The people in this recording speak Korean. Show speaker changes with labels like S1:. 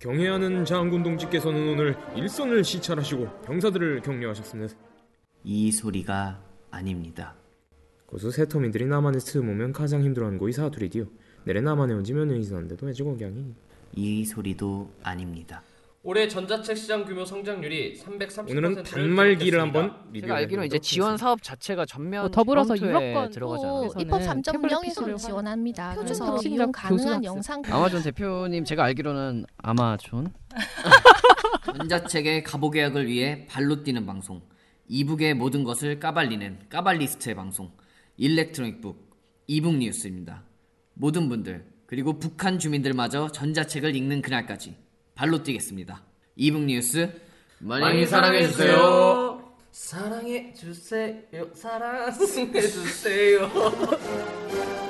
S1: 경애하는 장군 동지께서는 오늘 일선을 시찰하시고 병사들을 격려하셨습니다.
S2: 이 소리가 아닙니다.
S1: 고수 세터민들이 남한에 스모면 가장 힘들어하는 곳이 사투리디요. 내래 남한에 온 지면 인산데도 해지고경이.
S2: 이 소리도 아닙니다.
S3: 올해 전자책 시장 규모 성장률이 330%를
S1: 오늘은 단말기를 한번
S4: 제가 알기로는 이제 지원 사업 자체가 전면
S5: 뭐 더불어서
S4: 프론트에
S5: 유럽권
S4: 들어가잖아요.
S5: 또
S6: 입법
S5: 저는 태블릿
S6: 3.0에서
S5: PC를
S6: 지원합니다.
S5: 표준
S6: 그래서
S5: 혁신적
S6: 이용 가능한
S5: 교수학습.
S6: 영상
S4: 아마존 대표님 제가 알기로는 아마존
S2: 전자책의 가보 계약을 위해 발로 뛰는 방송. 이북의 모든 것을 까발리는 까발리스트의 방송. 일렉트로닉 북 이북 뉴스입니다. 모든 분들 그리고 북한 주민들마저 전자책을 읽는 그날까지 발로 뛰겠습니다. 이북 뉴스 많이, 사랑해 주세요.
S3: 사랑해 주세요. 사랑해 주세요.